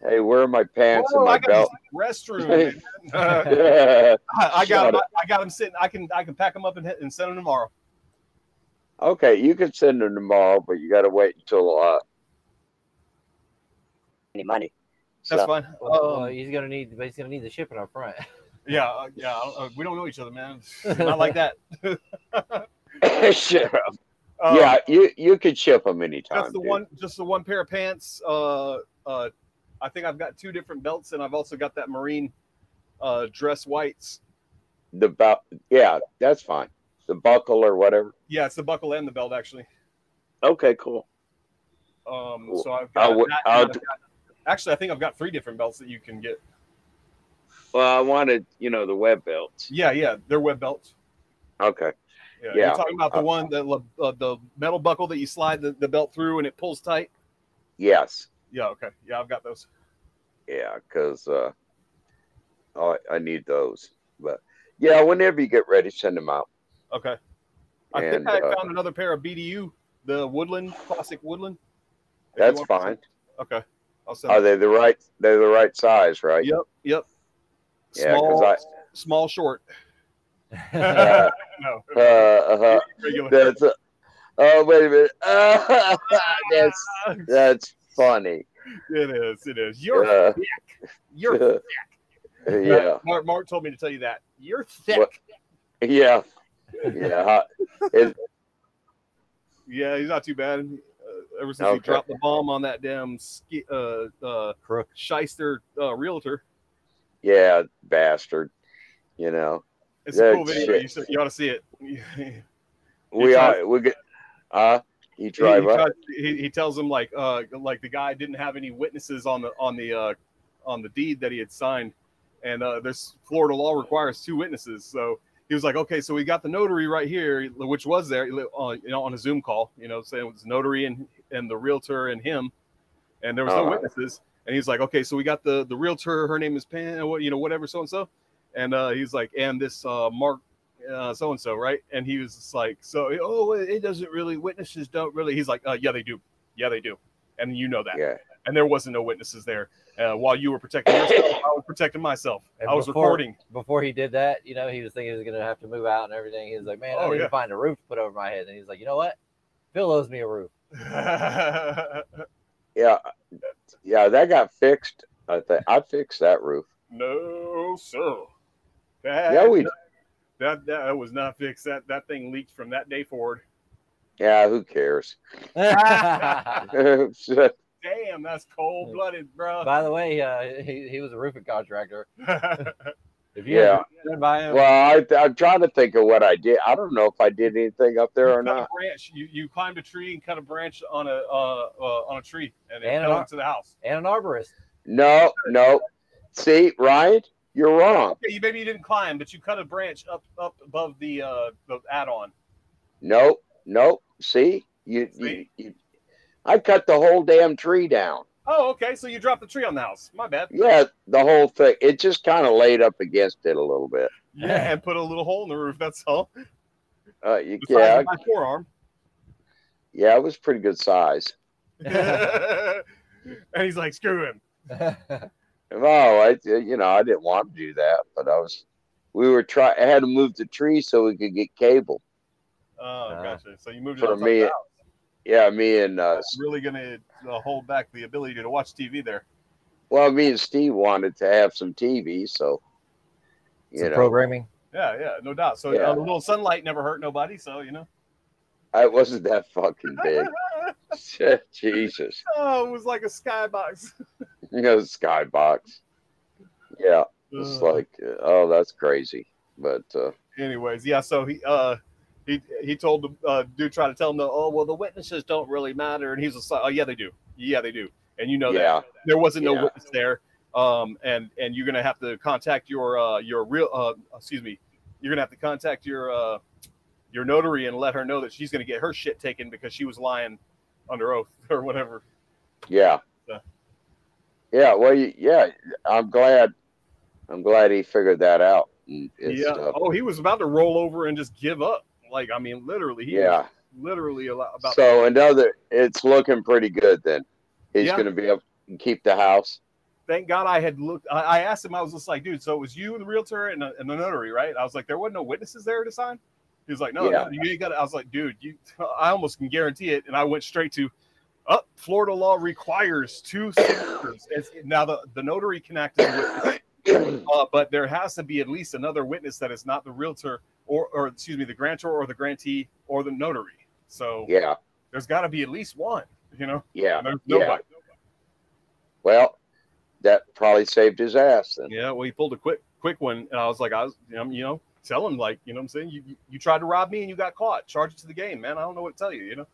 Speaker 1: Hey, where are my pants and
Speaker 3: Whoa,
Speaker 1: my
Speaker 3: Oh, I got
Speaker 1: belt?
Speaker 3: this restroom. man. I, I got
Speaker 1: Shut
Speaker 3: him. I, I got him sitting. I can I can pack him up and, hit- and send him tomorrow.
Speaker 1: okay, you can send them tomorrow, but you got to wait until uh, any money.
Speaker 3: That's
Speaker 1: So,
Speaker 3: fine.
Speaker 2: Well,
Speaker 3: Um,
Speaker 2: he's gonna need, but he's gonna need the shipping up front.
Speaker 3: Yeah, uh, yeah. I don't- uh, we don't know each other, man. Not like that.
Speaker 1: Shit.
Speaker 3: Um,
Speaker 1: yeah, you you could ship them anytime.
Speaker 3: That's the
Speaker 1: dude.
Speaker 3: one. Just the one pair of pants. Uh, uh, I think I've got two different belts, and I've also got that marine uh, dress whites.
Speaker 1: The belt. Yeah, that's fine. The buckle or whatever.
Speaker 3: Yeah, it's the buckle and the belt actually.
Speaker 1: Okay, cool.
Speaker 3: Um,
Speaker 1: Cool.
Speaker 3: so I've got.
Speaker 1: I'll,
Speaker 3: that, and
Speaker 1: I'll,
Speaker 3: I've got- actually, I think I've got three different belts that you can get.
Speaker 1: well, I wanted you know the web belts.
Speaker 3: Yeah, yeah, they're web belts.
Speaker 1: Okay.
Speaker 3: Yeah,
Speaker 1: Yeah.
Speaker 3: you're talking about the
Speaker 1: Uh,
Speaker 3: one that le- uh, the metal buckle that you slide the, the belt through and it pulls tight.
Speaker 1: Yes.
Speaker 3: Yeah, okay. Yeah, I've got those.
Speaker 1: Yeah, because uh, I I need those. But yeah, whenever you get ready, send them out.
Speaker 3: Okay. I
Speaker 1: And,
Speaker 3: think I
Speaker 1: uh,
Speaker 3: found another pair of BDU, the woodland classic woodland. If you
Speaker 1: That's
Speaker 3: want-
Speaker 1: fine. Uh,
Speaker 3: Okay. I'll send.
Speaker 1: Are
Speaker 3: them.
Speaker 1: they the right? They're the right size, right?
Speaker 3: Yep. Yep.
Speaker 1: Yeah,
Speaker 3: small,
Speaker 1: 'cause
Speaker 3: small short.
Speaker 1: Yeah.
Speaker 3: no,
Speaker 1: Uh, uh,
Speaker 3: regular.
Speaker 1: that's. Uh, oh wait a minute. that's that's funny.
Speaker 3: it is. It is. You're
Speaker 1: Uh,
Speaker 3: you're thick.
Speaker 1: yeah.
Speaker 3: Mark, Mark told me to tell you that. You're thick.
Speaker 1: What? Yeah. Yeah. hot. It,
Speaker 3: Yeah, he's not too bad. Uh, ever since he
Speaker 1: Okay.
Speaker 3: dropped the bomb on that damn ski, uh, uh,
Speaker 2: Crook.
Speaker 3: shyster uh, realtor.
Speaker 1: yeah, bastard. You know,
Speaker 3: It's a cool
Speaker 1: That
Speaker 3: video.
Speaker 1: shit.
Speaker 3: You, should, you ought to see it. he,
Speaker 1: we
Speaker 3: tried-
Speaker 1: are we get uh you
Speaker 3: he,
Speaker 1: drive up.
Speaker 3: tries- he- he tells him like uh, like the guy didn't have any witnesses on the on the uh, on the deed that he had signed, and uh, this Florida law requires two witnesses. So he was like, okay, so we got the notary right here, which was there, uh, you know, on a Zoom call, you know, saying it was notary and and the realtor and him, and there was no
Speaker 1: Uh-huh.
Speaker 3: witnesses. And he's like, okay, so we got the the realtor. Her name is Pan. What you know, whatever, so and so. And uh, he's like, and this uh, Mark so and so, right? And he was just like, so oh, it doesn't really. Witnesses don't really. He's like, uh, yeah, they do. Yeah, they do. And you know that.
Speaker 1: Yeah.
Speaker 3: And there wasn't no witnesses there. Uh, while you were protecting yourself, I was protecting myself.
Speaker 2: And
Speaker 3: I was
Speaker 2: before-
Speaker 3: recording.
Speaker 2: Before he did that, you know, he was thinking he was gonna have to move out and everything. He was like, "Man, I
Speaker 3: Oh,
Speaker 2: need
Speaker 3: yeah.
Speaker 2: to find a roof to put over my head." And he's like, "You know what? Phil owes me a roof."
Speaker 1: Yeah. Yeah, that got fixed. I think I fixed that roof.
Speaker 3: no, sir. That,
Speaker 1: Yeah, we
Speaker 3: that that was not fixed. That that thing leaked from that day forward.
Speaker 1: yeah, who cares?
Speaker 2: By
Speaker 1: yeah,
Speaker 3: Damn, that's cold blooded, bro.
Speaker 2: the way, uh, he, he was a roofing contractor. If you
Speaker 1: Yeah.
Speaker 2: ever been by him,
Speaker 1: well, I, I'm trying to think of what I did. I don't know if I did anything up there or
Speaker 3: You cut a
Speaker 1: not.
Speaker 3: branch. You you climbed a tree and cut a branch on a uh, uh, on a tree and it
Speaker 2: And
Speaker 3: fell
Speaker 2: an-
Speaker 3: into the house.
Speaker 2: and an arborist.
Speaker 1: No, no. See, Ryan, you're wrong.
Speaker 3: Okay, you maybe you didn't climb, but you cut a branch up up above the uh the add-on.
Speaker 1: Nope, nope. See, you, you,
Speaker 3: See?
Speaker 1: you, I cut the whole damn tree down.
Speaker 3: Oh, okay. So you dropped the tree on the house. My bad.
Speaker 1: Yeah, the whole thing. It just kind of laid up against it a little bit.
Speaker 3: Yeah, and put a little hole in the roof. That's all.
Speaker 1: Uh, you,
Speaker 3: The size
Speaker 1: yeah,
Speaker 3: of my forearm.
Speaker 1: yeah, it was pretty good size.
Speaker 3: and he's like, screw him.
Speaker 1: Well, I, you know, I didn't want to do that, but I was. We were trying. I had to move the tree so we could get cable.
Speaker 3: Oh,
Speaker 2: Ah.
Speaker 3: gotcha. So you moved it
Speaker 1: For
Speaker 3: on top
Speaker 1: me,
Speaker 3: of the house.
Speaker 1: Yeah, me and uh,
Speaker 3: That's really gonna uh, hold back the ability to watch TV there.
Speaker 1: well, me and Steve wanted to have some TV, so you
Speaker 2: Some
Speaker 1: know,
Speaker 2: programming.
Speaker 3: Yeah, yeah, no doubt. So uh,
Speaker 1: Yeah.
Speaker 3: a little sunlight never hurt nobody. So you know.
Speaker 1: I wasn't that fucking big. Jesus,
Speaker 3: oh, it was like a skybox.
Speaker 1: you know, skybox. Yeah, it's like, uh, oh, that's crazy. But uh,
Speaker 3: anyways, yeah. So he uh he he told the uh, dude try to tell him that oh well the witnesses don't really matter, and he's just like oh yeah they do, yeah they do, and you know
Speaker 1: yeah,
Speaker 3: that there wasn't no
Speaker 1: Yeah.
Speaker 3: witness there, um and and you're gonna have to contact your uh your real uh excuse me you're gonna have to contact your uh your notary and let her know that she's gonna get her shit taken because she was lying under oath or whatever.
Speaker 1: yeah,
Speaker 3: Yeah.
Speaker 1: yeah. Well, you- yeah, I'm glad. I'm glad he figured that out. and It's,
Speaker 3: yeah.
Speaker 1: uh,
Speaker 3: oh, he was about to roll over and just give up. Like I mean, literally, he was
Speaker 1: yeah.
Speaker 3: literally a lot about
Speaker 1: so another, it's looking pretty good. Then he's
Speaker 3: Yeah.
Speaker 1: going to be able to keep the house.
Speaker 3: thank God I had looked. I, I asked him. I was just like, dude, so it was you, the realtor, and, a, and the notary, right? I was like, there wasn't no witnesses there to sign. He was like, no,
Speaker 1: Yeah.
Speaker 3: no, you ain't got. I was like, dude, you. I almost can guarantee it. And I went straight to, up. Florida law requires two signatures. It's, now the the notary can act as a witness, uh, but there has to be at least another witness that is not the realtor or, or excuse me, the grantor or the grantee or the notary. So
Speaker 1: yeah,
Speaker 3: there's got to be at least one, you know.
Speaker 1: yeah.
Speaker 3: And there's
Speaker 1: Yeah.
Speaker 3: nobody.
Speaker 1: Well, that probably saved his ass then.
Speaker 3: Yeah, well, he pulled a quick quick one, and I was like, I was, you know, you know, tell him like, you know, what I'm saying, you you- you tried to rob me and you got caught. Charge it to the game, man. I don't know what to tell you, you know.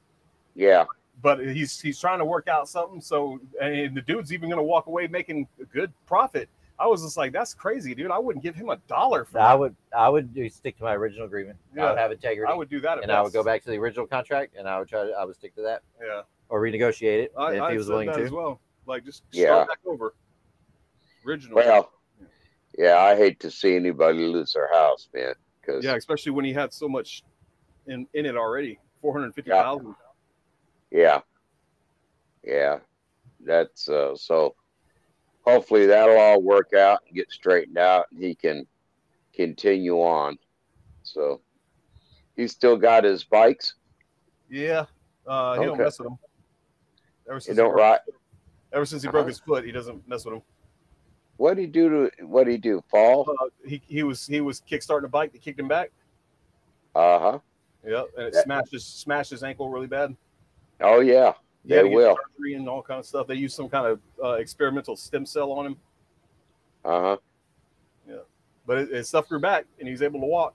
Speaker 1: Yeah,
Speaker 3: But he's he's trying to work out something. So and the dude's even going to walk away making a good profit. I was just like, that's crazy, dude. I wouldn't give him a dollar for
Speaker 2: I
Speaker 3: that.
Speaker 2: would I would do stick to my original agreement. I
Speaker 3: Yeah.
Speaker 2: would have integrity,
Speaker 3: I would do that, at
Speaker 2: and I would
Speaker 3: best.
Speaker 2: go back to the original contract, and I would try. To, I would stick to that
Speaker 3: Yeah,
Speaker 2: or renegotiate it
Speaker 3: I,
Speaker 2: if
Speaker 3: I
Speaker 2: he was
Speaker 3: said
Speaker 2: willing
Speaker 3: that
Speaker 2: to.
Speaker 3: as well. Like, just
Speaker 1: Yeah.
Speaker 3: start back over. Original.
Speaker 1: well, yeah, I hate to see anybody lose their house, man. Because
Speaker 3: yeah,
Speaker 1: yeah.
Speaker 3: especially when he had so much in in it already, four hundred fifty thousand.
Speaker 1: yeah, that's uh, so. Hopefully that'll all work out and get straightened out, and he can continue on. So he's still got his bikes.
Speaker 3: Yeah. Uh, he don't
Speaker 1: Okay.
Speaker 3: mess with him. Ever
Speaker 1: He
Speaker 3: since,
Speaker 1: don't Uh-huh.
Speaker 3: broke,
Speaker 1: ride.
Speaker 3: ever since he broke his foot, he doesn't mess with him.
Speaker 1: What would he do to? What would he do? Fall?
Speaker 3: Uh, he, he was he was kickstarting a bike that kicked him back.
Speaker 1: Uh huh.
Speaker 3: Yeah, and it
Speaker 1: Yeah.
Speaker 3: smashed his smashed his ankle really bad.
Speaker 1: Oh yeah.
Speaker 3: He had
Speaker 1: They
Speaker 3: to get
Speaker 1: will.
Speaker 3: surgery and all kind of stuff. They used some kind of uh, experimental stem cell on him,
Speaker 1: Uh huh.
Speaker 3: but it, his stuff grew back and he was able to walk.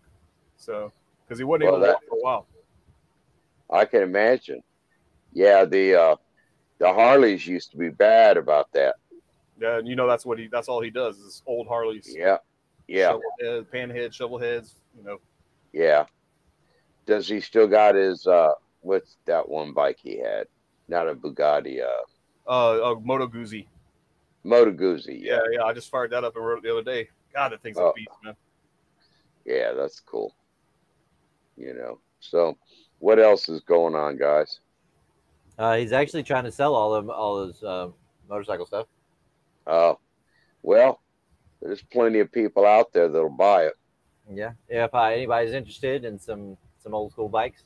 Speaker 3: So because he wasn't
Speaker 1: Well,
Speaker 3: able to
Speaker 1: that-
Speaker 3: walk for a while.
Speaker 1: I can imagine. Yeah, the uh, the Harleys used to be bad about that.
Speaker 3: Yeah, and you know that's what he that's all he does is old Harleys.
Speaker 1: Yeah, yeah,
Speaker 3: shovel head, panhead, shovel heads. You know,
Speaker 1: yeah. Does he still got his uh, what's that one bike he had? Not a Bugatti, uh,
Speaker 3: uh, a Moto Guzzi.
Speaker 1: Moto Guzzi.
Speaker 3: Yeah,
Speaker 1: Yeah,
Speaker 3: yeah. I just fired that up and wrote it the other day. God, that thing's a
Speaker 1: Oh.
Speaker 3: beast, man.
Speaker 1: yeah, that's cool. You know. So, what else is going on, guys?
Speaker 2: Uh, he's actually trying to sell all of all his um, motorcycle stuff.
Speaker 1: Uh, well, there's plenty of people out there that'll buy it.
Speaker 2: Yeah. If uh, anybody's interested in some some old school bikes,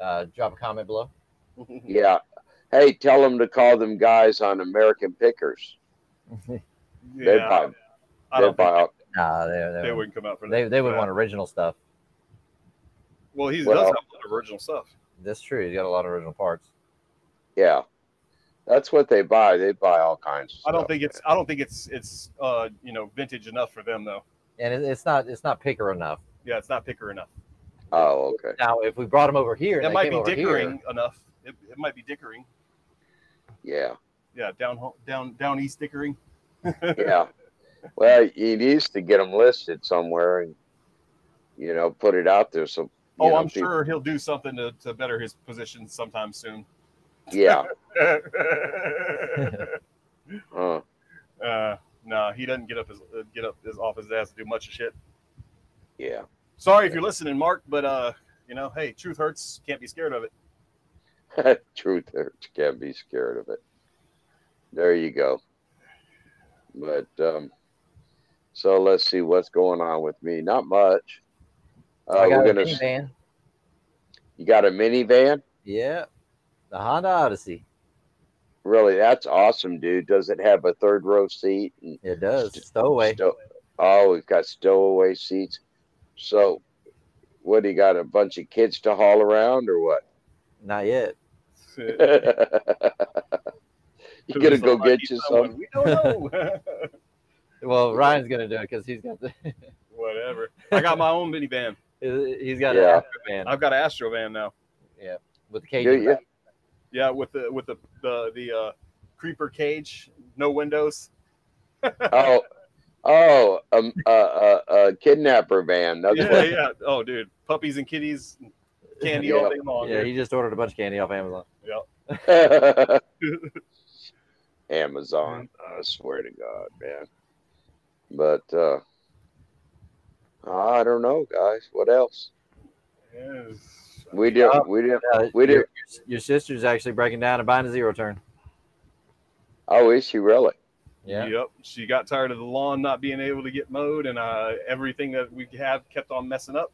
Speaker 2: uh, drop a comment below.
Speaker 1: Yeah. Hey, tell them to call them guys on American Pickers. They'd buy.
Speaker 3: I
Speaker 1: They'd
Speaker 3: don't think
Speaker 1: buy.
Speaker 2: Nah, they
Speaker 3: they
Speaker 2: they would
Speaker 3: wouldn't come out for that.
Speaker 2: they, they would
Speaker 3: Yeah.
Speaker 2: want original stuff.
Speaker 3: Well, he
Speaker 1: Well-
Speaker 3: does have a lot of original stuff.
Speaker 2: That's true. He's got a lot of original parts.
Speaker 1: Yeah, that's what they buy. They buy all kinds. Of
Speaker 3: I don't
Speaker 1: stuff.
Speaker 3: think it's I don't think it's it's uh you know vintage enough for them though.
Speaker 2: And it, it's not it's not picker enough.
Speaker 3: Yeah, it's not picker enough.
Speaker 1: Oh, okay.
Speaker 2: Now, if we brought him over here, and
Speaker 3: It
Speaker 2: they
Speaker 3: might
Speaker 2: came
Speaker 3: be
Speaker 2: over
Speaker 3: dickering
Speaker 2: here,
Speaker 3: enough. It, it might be dickering.
Speaker 1: Yeah,
Speaker 3: Yeah, down ho- down down east dickering.
Speaker 1: yeah. well, you needs to get them listed somewhere and you know put it out there. So you
Speaker 3: Oh,
Speaker 1: know,
Speaker 3: I'm
Speaker 1: people-
Speaker 3: sure he'll do something to, to better his position sometime soon.
Speaker 1: Yeah.
Speaker 3: uh,
Speaker 1: Huh.
Speaker 3: nah, he doesn't get up his uh, get up his off his ass to do much of shit.
Speaker 1: yeah.
Speaker 3: Sorry if you're listening, Mark, but uh, you know, hey, truth hurts. Can't be scared of it.
Speaker 1: Truth hurts. Can't be scared of it. There you go. But um, so let's see what's going on with me. Not much. Uh,
Speaker 2: I got
Speaker 1: we're
Speaker 2: a
Speaker 1: gonna.
Speaker 2: minivan.
Speaker 1: You got a minivan?
Speaker 2: Yeah, the Honda Odyssey.
Speaker 1: Really? That's awesome, dude. Does it have a third row seat? And
Speaker 2: It does stowaway.
Speaker 1: Stow- oh, we've got stowaway seats. So, what do you got? A bunch of kids to haul around, or what?
Speaker 2: Not yet.
Speaker 1: you gonna go get you some?
Speaker 3: We don't know.
Speaker 2: Well, Ryan's gonna do it because he's got the
Speaker 3: Whatever. I got my own minivan.
Speaker 2: he's got
Speaker 1: Yeah.
Speaker 2: an Astro van
Speaker 3: I've got an Astro van now.
Speaker 2: with the
Speaker 1: Do
Speaker 2: cage. in the
Speaker 1: you?
Speaker 2: back.
Speaker 3: Yeah, with the with the the, the uh, creeper cage, no windows.
Speaker 1: Oh, oh, um, a uh, uh, uh, kidnapper van. That's
Speaker 3: Yeah,
Speaker 1: what.
Speaker 3: yeah. Oh, dude, puppies and kitties, and candy
Speaker 1: Yeah.
Speaker 3: all day long.
Speaker 2: Yeah,
Speaker 3: dude.
Speaker 2: he just ordered a bunch of candy off Amazon.
Speaker 1: Amazon. I swear to God, man. But uh, I don't know, guys. What else?
Speaker 3: Yes.
Speaker 1: We didn't. We didn't.
Speaker 2: Uh,
Speaker 1: We did.
Speaker 2: your, your sister's actually breaking down and buying a zero turn.
Speaker 1: Oh, is she really?
Speaker 2: Yeah.
Speaker 3: Yep. She got tired of the lawn not being able to get mowed and uh, everything that we have kept on messing up.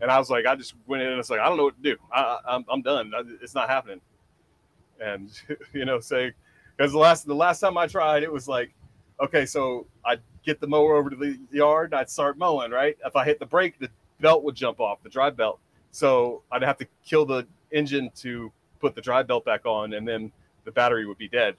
Speaker 3: And I was like, I just went in and it's like, I don't know what to do. I, I- I'm, I'm done. I- It's not happening. And, you know, say, because the last, the last time I tried, it was like, okay, so I'd get the mower over to the yard and I'd start mowing, right? If I hit the brake, the belt would jump off, the drive belt. So I'd have to kill the engine to put the drive belt back on, and then the battery would be dead.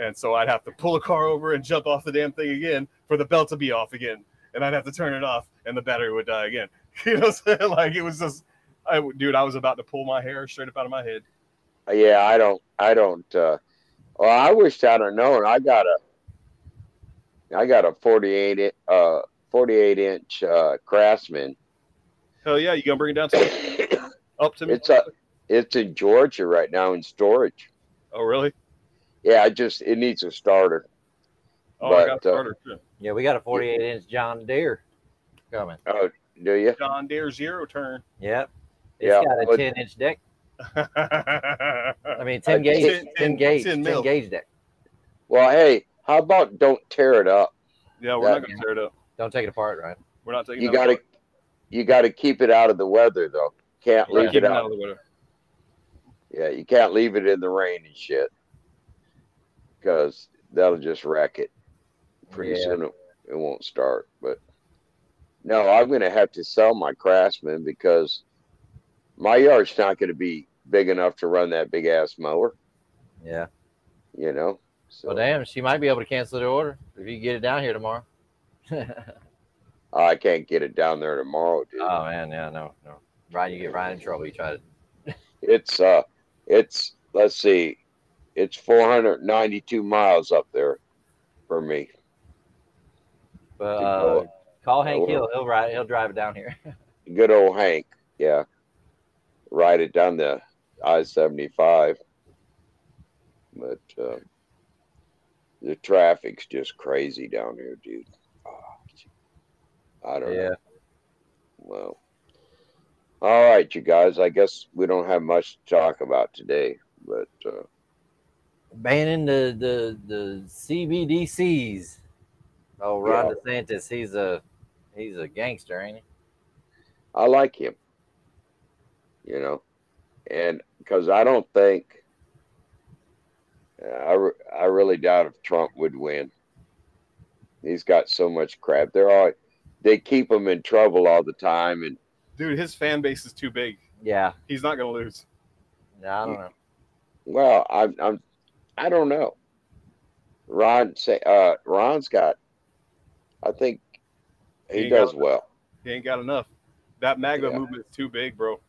Speaker 3: And so I'd have to pull a car over and jump off the damn thing again for the belt to be off again. And I'd have to turn it off, and the battery would die again. You know what I'm saying? Like it was just, I, dude, I was about to pull my hair straight up out of my head.
Speaker 1: Yeah, I don't. I don't. Uh, well, I wished I'd have known. I got a. I got a forty-eight in- uh forty-eight inch uh, Craftsman.
Speaker 3: Hell yeah, you gonna bring it down to up to me?
Speaker 1: It's a. It's in Georgia right now in storage.
Speaker 3: oh really?
Speaker 1: Yeah, I just it needs a starter.
Speaker 3: Oh, I
Speaker 1: But,
Speaker 3: got
Speaker 1: uh,
Speaker 3: starter.
Speaker 2: Yeah, we got a 48 inch John Deere coming.
Speaker 1: Oh, do you?
Speaker 3: John Deere zero turn.
Speaker 2: Yep. it's
Speaker 1: Yeah,
Speaker 2: got a
Speaker 1: but-
Speaker 2: 10 inch deck. I mean,
Speaker 1: Uh,
Speaker 2: 10 gauge, 10,
Speaker 3: 10 10
Speaker 2: gauge,
Speaker 3: 10
Speaker 2: 10,
Speaker 3: mil.
Speaker 2: gauge deck.
Speaker 1: Well, hey, how about don't tear it up?
Speaker 3: yeah, we're not gonna tear it up.
Speaker 2: Don't take it apart, right?
Speaker 3: We're not taking.
Speaker 1: You
Speaker 3: that
Speaker 1: got to, you got to keep it out of the weather though. Can't
Speaker 3: apart.
Speaker 1: leave it
Speaker 3: Keep it out
Speaker 1: out.
Speaker 3: of the winter.
Speaker 1: Yeah, you can't leave it in the rain and shit, because that'll just wreck it. Pretty
Speaker 2: Yeah.
Speaker 1: soon it, it won't start. But no, I'm going to have to sell my Craftsman because my yard's not going to be big enough to run that big ass mower.
Speaker 2: Yeah.
Speaker 1: You know. So
Speaker 2: Well, damn, she might be able to cancel the order if you get it down here tomorrow. oh,
Speaker 1: I can't get it down there tomorrow, dude.
Speaker 2: Oh, man. Yeah, no, no. Ryan, you get Ryan in trouble. You try to.
Speaker 1: It's uh, it's let's see, it's 492 miles up there for me.
Speaker 2: But, uh, call Hank Hill. He'll ride. He'll drive it down here.
Speaker 1: Good old Hank, yeah. Ride it down the I-75, but uh, the traffic's just crazy down here, dude. Ah, I don't know. Well, all right, you guys. I guess we don't have much to talk about today, but uh,
Speaker 2: banning the the the CBDCs. Oh, Ron DeSantis, he's a he's a gangster, ain't he?
Speaker 1: I like him, you know, and because I don't think, uh, I, re- I really doubt if Trump would win. He's got so much crap. They're all, they keep him in trouble all the time. And
Speaker 3: Dude, his fan base is too big.
Speaker 2: Yeah,
Speaker 3: He's not gonna lose.
Speaker 2: no, I don't know.
Speaker 1: well, I'm, I'm, I don't know. Ron say, uh, Ron's got, I think he,
Speaker 3: He
Speaker 1: does
Speaker 3: got-
Speaker 1: well.
Speaker 3: He ain't got enough. That MAGA
Speaker 1: Yeah.
Speaker 3: movement is too big, bro.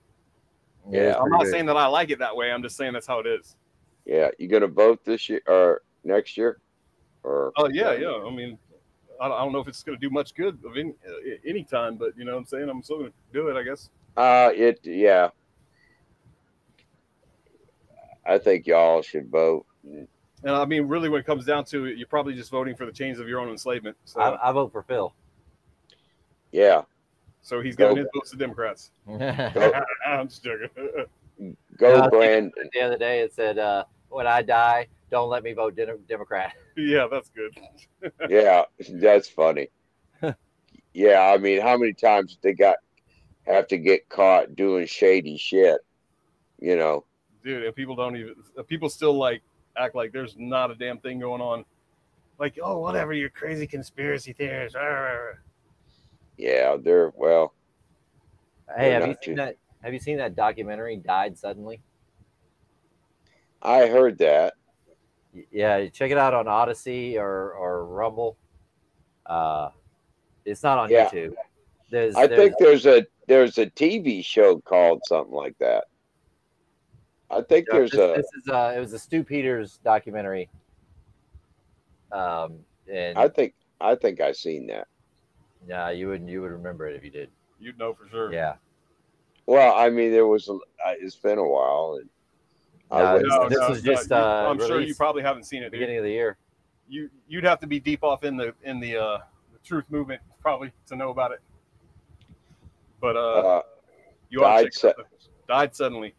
Speaker 1: Yeah,
Speaker 2: it's
Speaker 3: I'm
Speaker 2: pretty
Speaker 3: not
Speaker 2: good.
Speaker 3: saying that I like it that way. I'm just saying that's how it is.
Speaker 1: Yeah. You going to vote this year or next year? Or,
Speaker 3: Oh yeah, yeah. I mean, I don't I don't know if it's gonna do much good of any uh, any time, but you know what I'm saying. I'm still gonna do it, I guess.
Speaker 1: Uh, it yeah. I think y'all should vote.
Speaker 3: And I mean, really, when it comes down to it, you're probably just voting for the chains of your own enslavement. So,
Speaker 2: I, I vote for Phil.
Speaker 1: Yeah,
Speaker 3: so he's giving
Speaker 1: Go.
Speaker 3: his votes to Democrats.
Speaker 2: the
Speaker 1: go,
Speaker 3: I'm just joking.
Speaker 1: go
Speaker 2: Yeah, I think-
Speaker 1: Brandon.
Speaker 2: other day, it said, uh, "When I die, don't let me vote Dem- Democrat."
Speaker 3: yeah, that's good.
Speaker 1: Yeah, that's funny. Yeah, I mean, how many times they got have to get caught doing shady shit? You know,
Speaker 3: dude and people don't even if people still like act like there's not a damn thing going on like oh whatever your crazy conspiracy theories rah, rah, rah.
Speaker 1: yeah, they're well,
Speaker 2: Hey,
Speaker 1: Yeah,
Speaker 2: have you
Speaker 1: not
Speaker 2: seen
Speaker 1: you.
Speaker 2: that? Have you seen that documentary? Died suddenly.
Speaker 1: I heard that.
Speaker 2: Y- Yeah, check it out on Odyssey or or Rumble. Uh, it's not on
Speaker 1: Yeah.
Speaker 2: YouTube. There's,
Speaker 1: I
Speaker 2: there's
Speaker 1: think there's a there's a TV show called something like that. I think
Speaker 2: Yeah,
Speaker 1: there's
Speaker 2: this,
Speaker 1: a.
Speaker 2: this is uh it was a Stu Peters documentary. Um and
Speaker 1: I think I think I seen that.
Speaker 2: yeah, you would you would remember it if you did.
Speaker 3: you'd know for sure
Speaker 2: Yeah.
Speaker 1: Well, I mean, there was. a- I- It's been a while, and
Speaker 2: No,
Speaker 1: I wouldn't-
Speaker 2: no, this was just,
Speaker 3: you-
Speaker 2: uh,
Speaker 3: i'm sure you
Speaker 2: released.
Speaker 3: probably haven't seen it dude.
Speaker 2: Beginning of the year.
Speaker 3: you you'd have to be deep off in the in the uh the truth movement probably to know about it but uh,
Speaker 1: uh,
Speaker 3: you ought to
Speaker 1: died
Speaker 3: check it out. died suddenly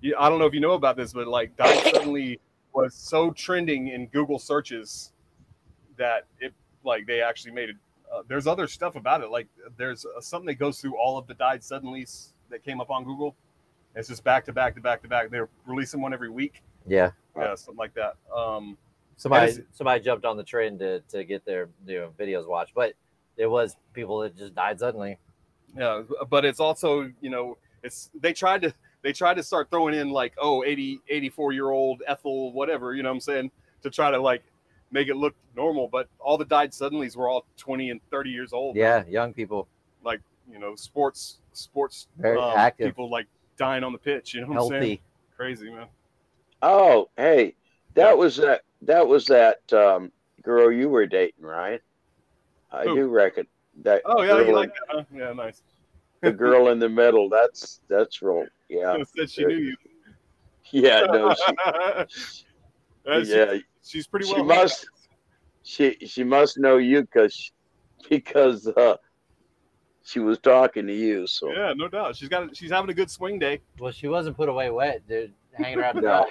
Speaker 3: you, i don't know if you know about this but like died suddenly was so trending in google searches that it like they actually made it uh, there's other stuff about it like there's uh, something that goes through all of the died suddenlys that came up on google it's just back to back to back to back they're releasing one every week
Speaker 2: Yeah.
Speaker 1: Right.
Speaker 3: yeah, something like that. Um,
Speaker 2: somebody
Speaker 3: Edison.
Speaker 2: somebody jumped on the trend to, to get their you know, videos watched, but there was people that just died suddenly.
Speaker 3: Yeah, but it's also you know it's they tried to they tried to start throwing in like oh 80 84 year old Ethel whatever you know what I'm saying to try to like make it look normal, but all the died suddenlys were all 20 and 30 years old.
Speaker 2: Yeah, young people,
Speaker 3: like you know sports sports
Speaker 2: Very
Speaker 3: um,
Speaker 2: active.
Speaker 3: people like dying on the pitch. You know what I'm saying?
Speaker 2: healthy.
Speaker 3: Crazy man.
Speaker 1: Oh, hey, that was that that was that um, girl you were dating, right? I
Speaker 3: Who?
Speaker 1: do reckon that.
Speaker 3: Oh yeah, you
Speaker 1: girl-
Speaker 3: like that? Huh? Yeah, nice.
Speaker 1: the girl in the middle. That's that's real. Yeah,
Speaker 3: Said she knew you.
Speaker 1: yeah. No, she,
Speaker 3: Uh, she-
Speaker 1: yeah.
Speaker 3: she's pretty
Speaker 1: she
Speaker 3: well.
Speaker 1: must- She she must know you because because uh, she was talking to you. So
Speaker 3: Yeah, no doubt. She's got. She's having a good swing day.
Speaker 2: Well, she wasn't put away wet, dude. Hanging around the
Speaker 1: No.
Speaker 2: dock.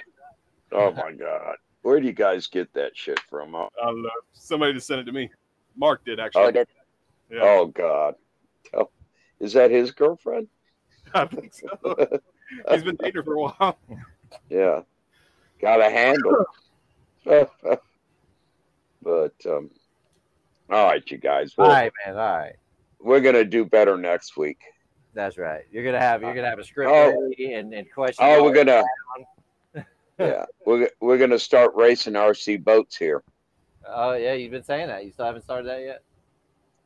Speaker 1: oh my god, where do you guys get that shit from? Oh,
Speaker 3: I don't know. Somebody just sent it to me. Mark did actually.
Speaker 1: oh, that-
Speaker 3: yeah,
Speaker 1: oh, god. Oh, is that his girlfriend?
Speaker 3: I think so. He's been dating her for a while.
Speaker 1: Yeah, got a handle. but um, all right, you guys.
Speaker 2: All
Speaker 1: Well,
Speaker 2: right, man. All right,
Speaker 1: We're gonna do better next week.
Speaker 2: that's right. You're gonna have you're gonna have a script
Speaker 1: Oh.
Speaker 2: ready and and questions.
Speaker 1: Oh, we're gonna. Yeah, we're we're gonna start racing RC boats here.
Speaker 2: Oh yeah, you've been saying that. You still haven't started that yet.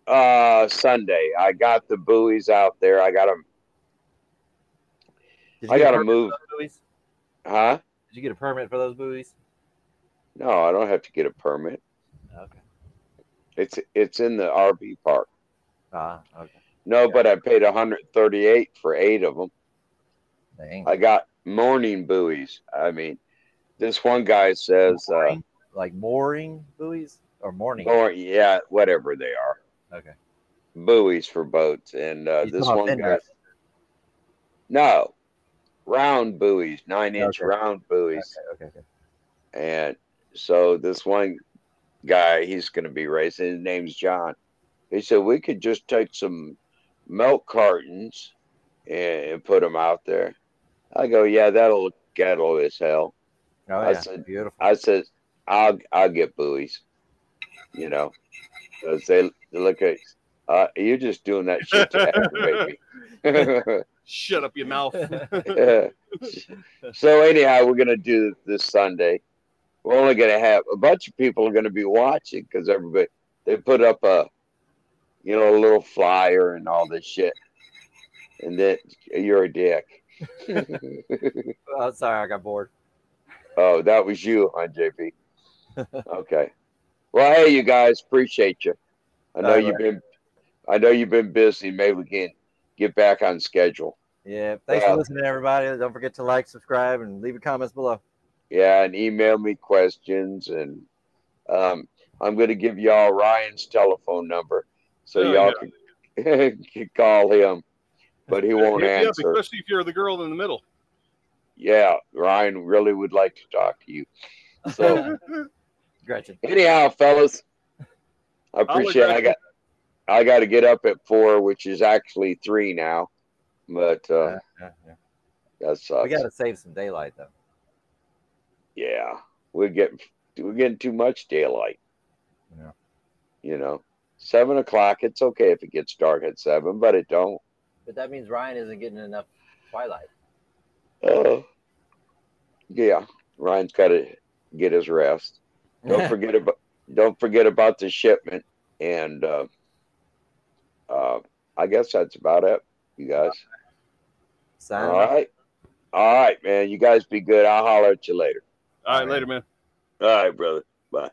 Speaker 1: Uh, Sunday. I got the buoys out there. I got them.
Speaker 2: Did
Speaker 1: I
Speaker 2: get a
Speaker 1: gotta
Speaker 2: permit for
Speaker 1: move.
Speaker 2: those buoys?
Speaker 1: Huh?
Speaker 2: Did you get a permit for those buoys?
Speaker 1: No, I don't have to get a permit.
Speaker 2: Okay.
Speaker 1: It's it's in the RV park.
Speaker 2: Ah, okay.
Speaker 1: No, but I paid 138 for eight of them.
Speaker 2: Dang.
Speaker 1: I got morning buoys. I mean, this one guy says, uh,
Speaker 2: Mooring? like mooring buoys or morning.
Speaker 1: or yeah, whatever they are,
Speaker 2: Okay.
Speaker 1: buoys for boats. And uh,
Speaker 2: You
Speaker 1: this
Speaker 2: saw
Speaker 1: one guy,
Speaker 2: Fender.
Speaker 1: no, round buoys, nine inch
Speaker 2: Okay.
Speaker 1: round buoys.
Speaker 2: Okay, okay, okay.
Speaker 1: And so this one guy, he's going to be racing. His name's John. He said we could just take some milk cartons and, and put them out there. I go, yeah, that'll look ghetto as hell.
Speaker 2: Oh,
Speaker 1: I
Speaker 2: yeah.
Speaker 1: said-
Speaker 2: Beautiful.
Speaker 1: I said, I'll I'll get buoys, you know. 'Cause they they look at uh, you're just doing that shit to aggravate me.
Speaker 3: Shut up your mouth.
Speaker 1: Yeah. so anyhow, we're gonna do it this Sunday. We're only gonna have a bunch of people are gonna be watching because everybody they put up a you know a little flyer and all this shit, and then you're a dick.
Speaker 2: oh, sorry, I got bored.
Speaker 1: oh, that was you, huh, JP? Okay. Well, hey, you guys, appreciate you. I know
Speaker 2: All
Speaker 1: you've been, I know you've been busy. Maybe we can get back on schedule.
Speaker 2: Yeah. Thanks
Speaker 1: Yeah.
Speaker 2: for listening, everybody. Don't forget to like, subscribe, and leave your comments below.
Speaker 1: Yeah, and email me questions, and um, I'm going to give y'all Ryan's telephone number so
Speaker 3: Oh,
Speaker 1: y'all can, can call him, but he won't
Speaker 3: Yeah,
Speaker 1: answer.
Speaker 3: especially if you're the girl in the middle.
Speaker 1: Yeah, Ryan really would like to talk to you. So
Speaker 2: Gretchen.
Speaker 1: anyhow, fellas, I
Speaker 3: I'll
Speaker 1: appreciate. I
Speaker 3: agree.
Speaker 1: got, I got to get up at four, which is actually three now, but uh,
Speaker 2: Uh, yeah, yeah.
Speaker 1: that sucks.
Speaker 2: We got to save some daylight, though.
Speaker 1: yeah, we're getting we're getting too much daylight.
Speaker 2: Yeah.
Speaker 1: You know, seven o'clock. It's okay if it gets dark at seven, but it don't.
Speaker 2: But that means Ryan isn't getting enough twilight.
Speaker 1: Oh, yeah. Ryan's got to get his rest. Don't forget about don't forget about the shipment. And uh, uh, I guess that's about it, you guys.
Speaker 2: Sign
Speaker 1: All
Speaker 2: off.
Speaker 1: right, all right, man. You guys be good. I'll holler at you later.
Speaker 3: All right, later, man.
Speaker 1: All right, brother. Bye.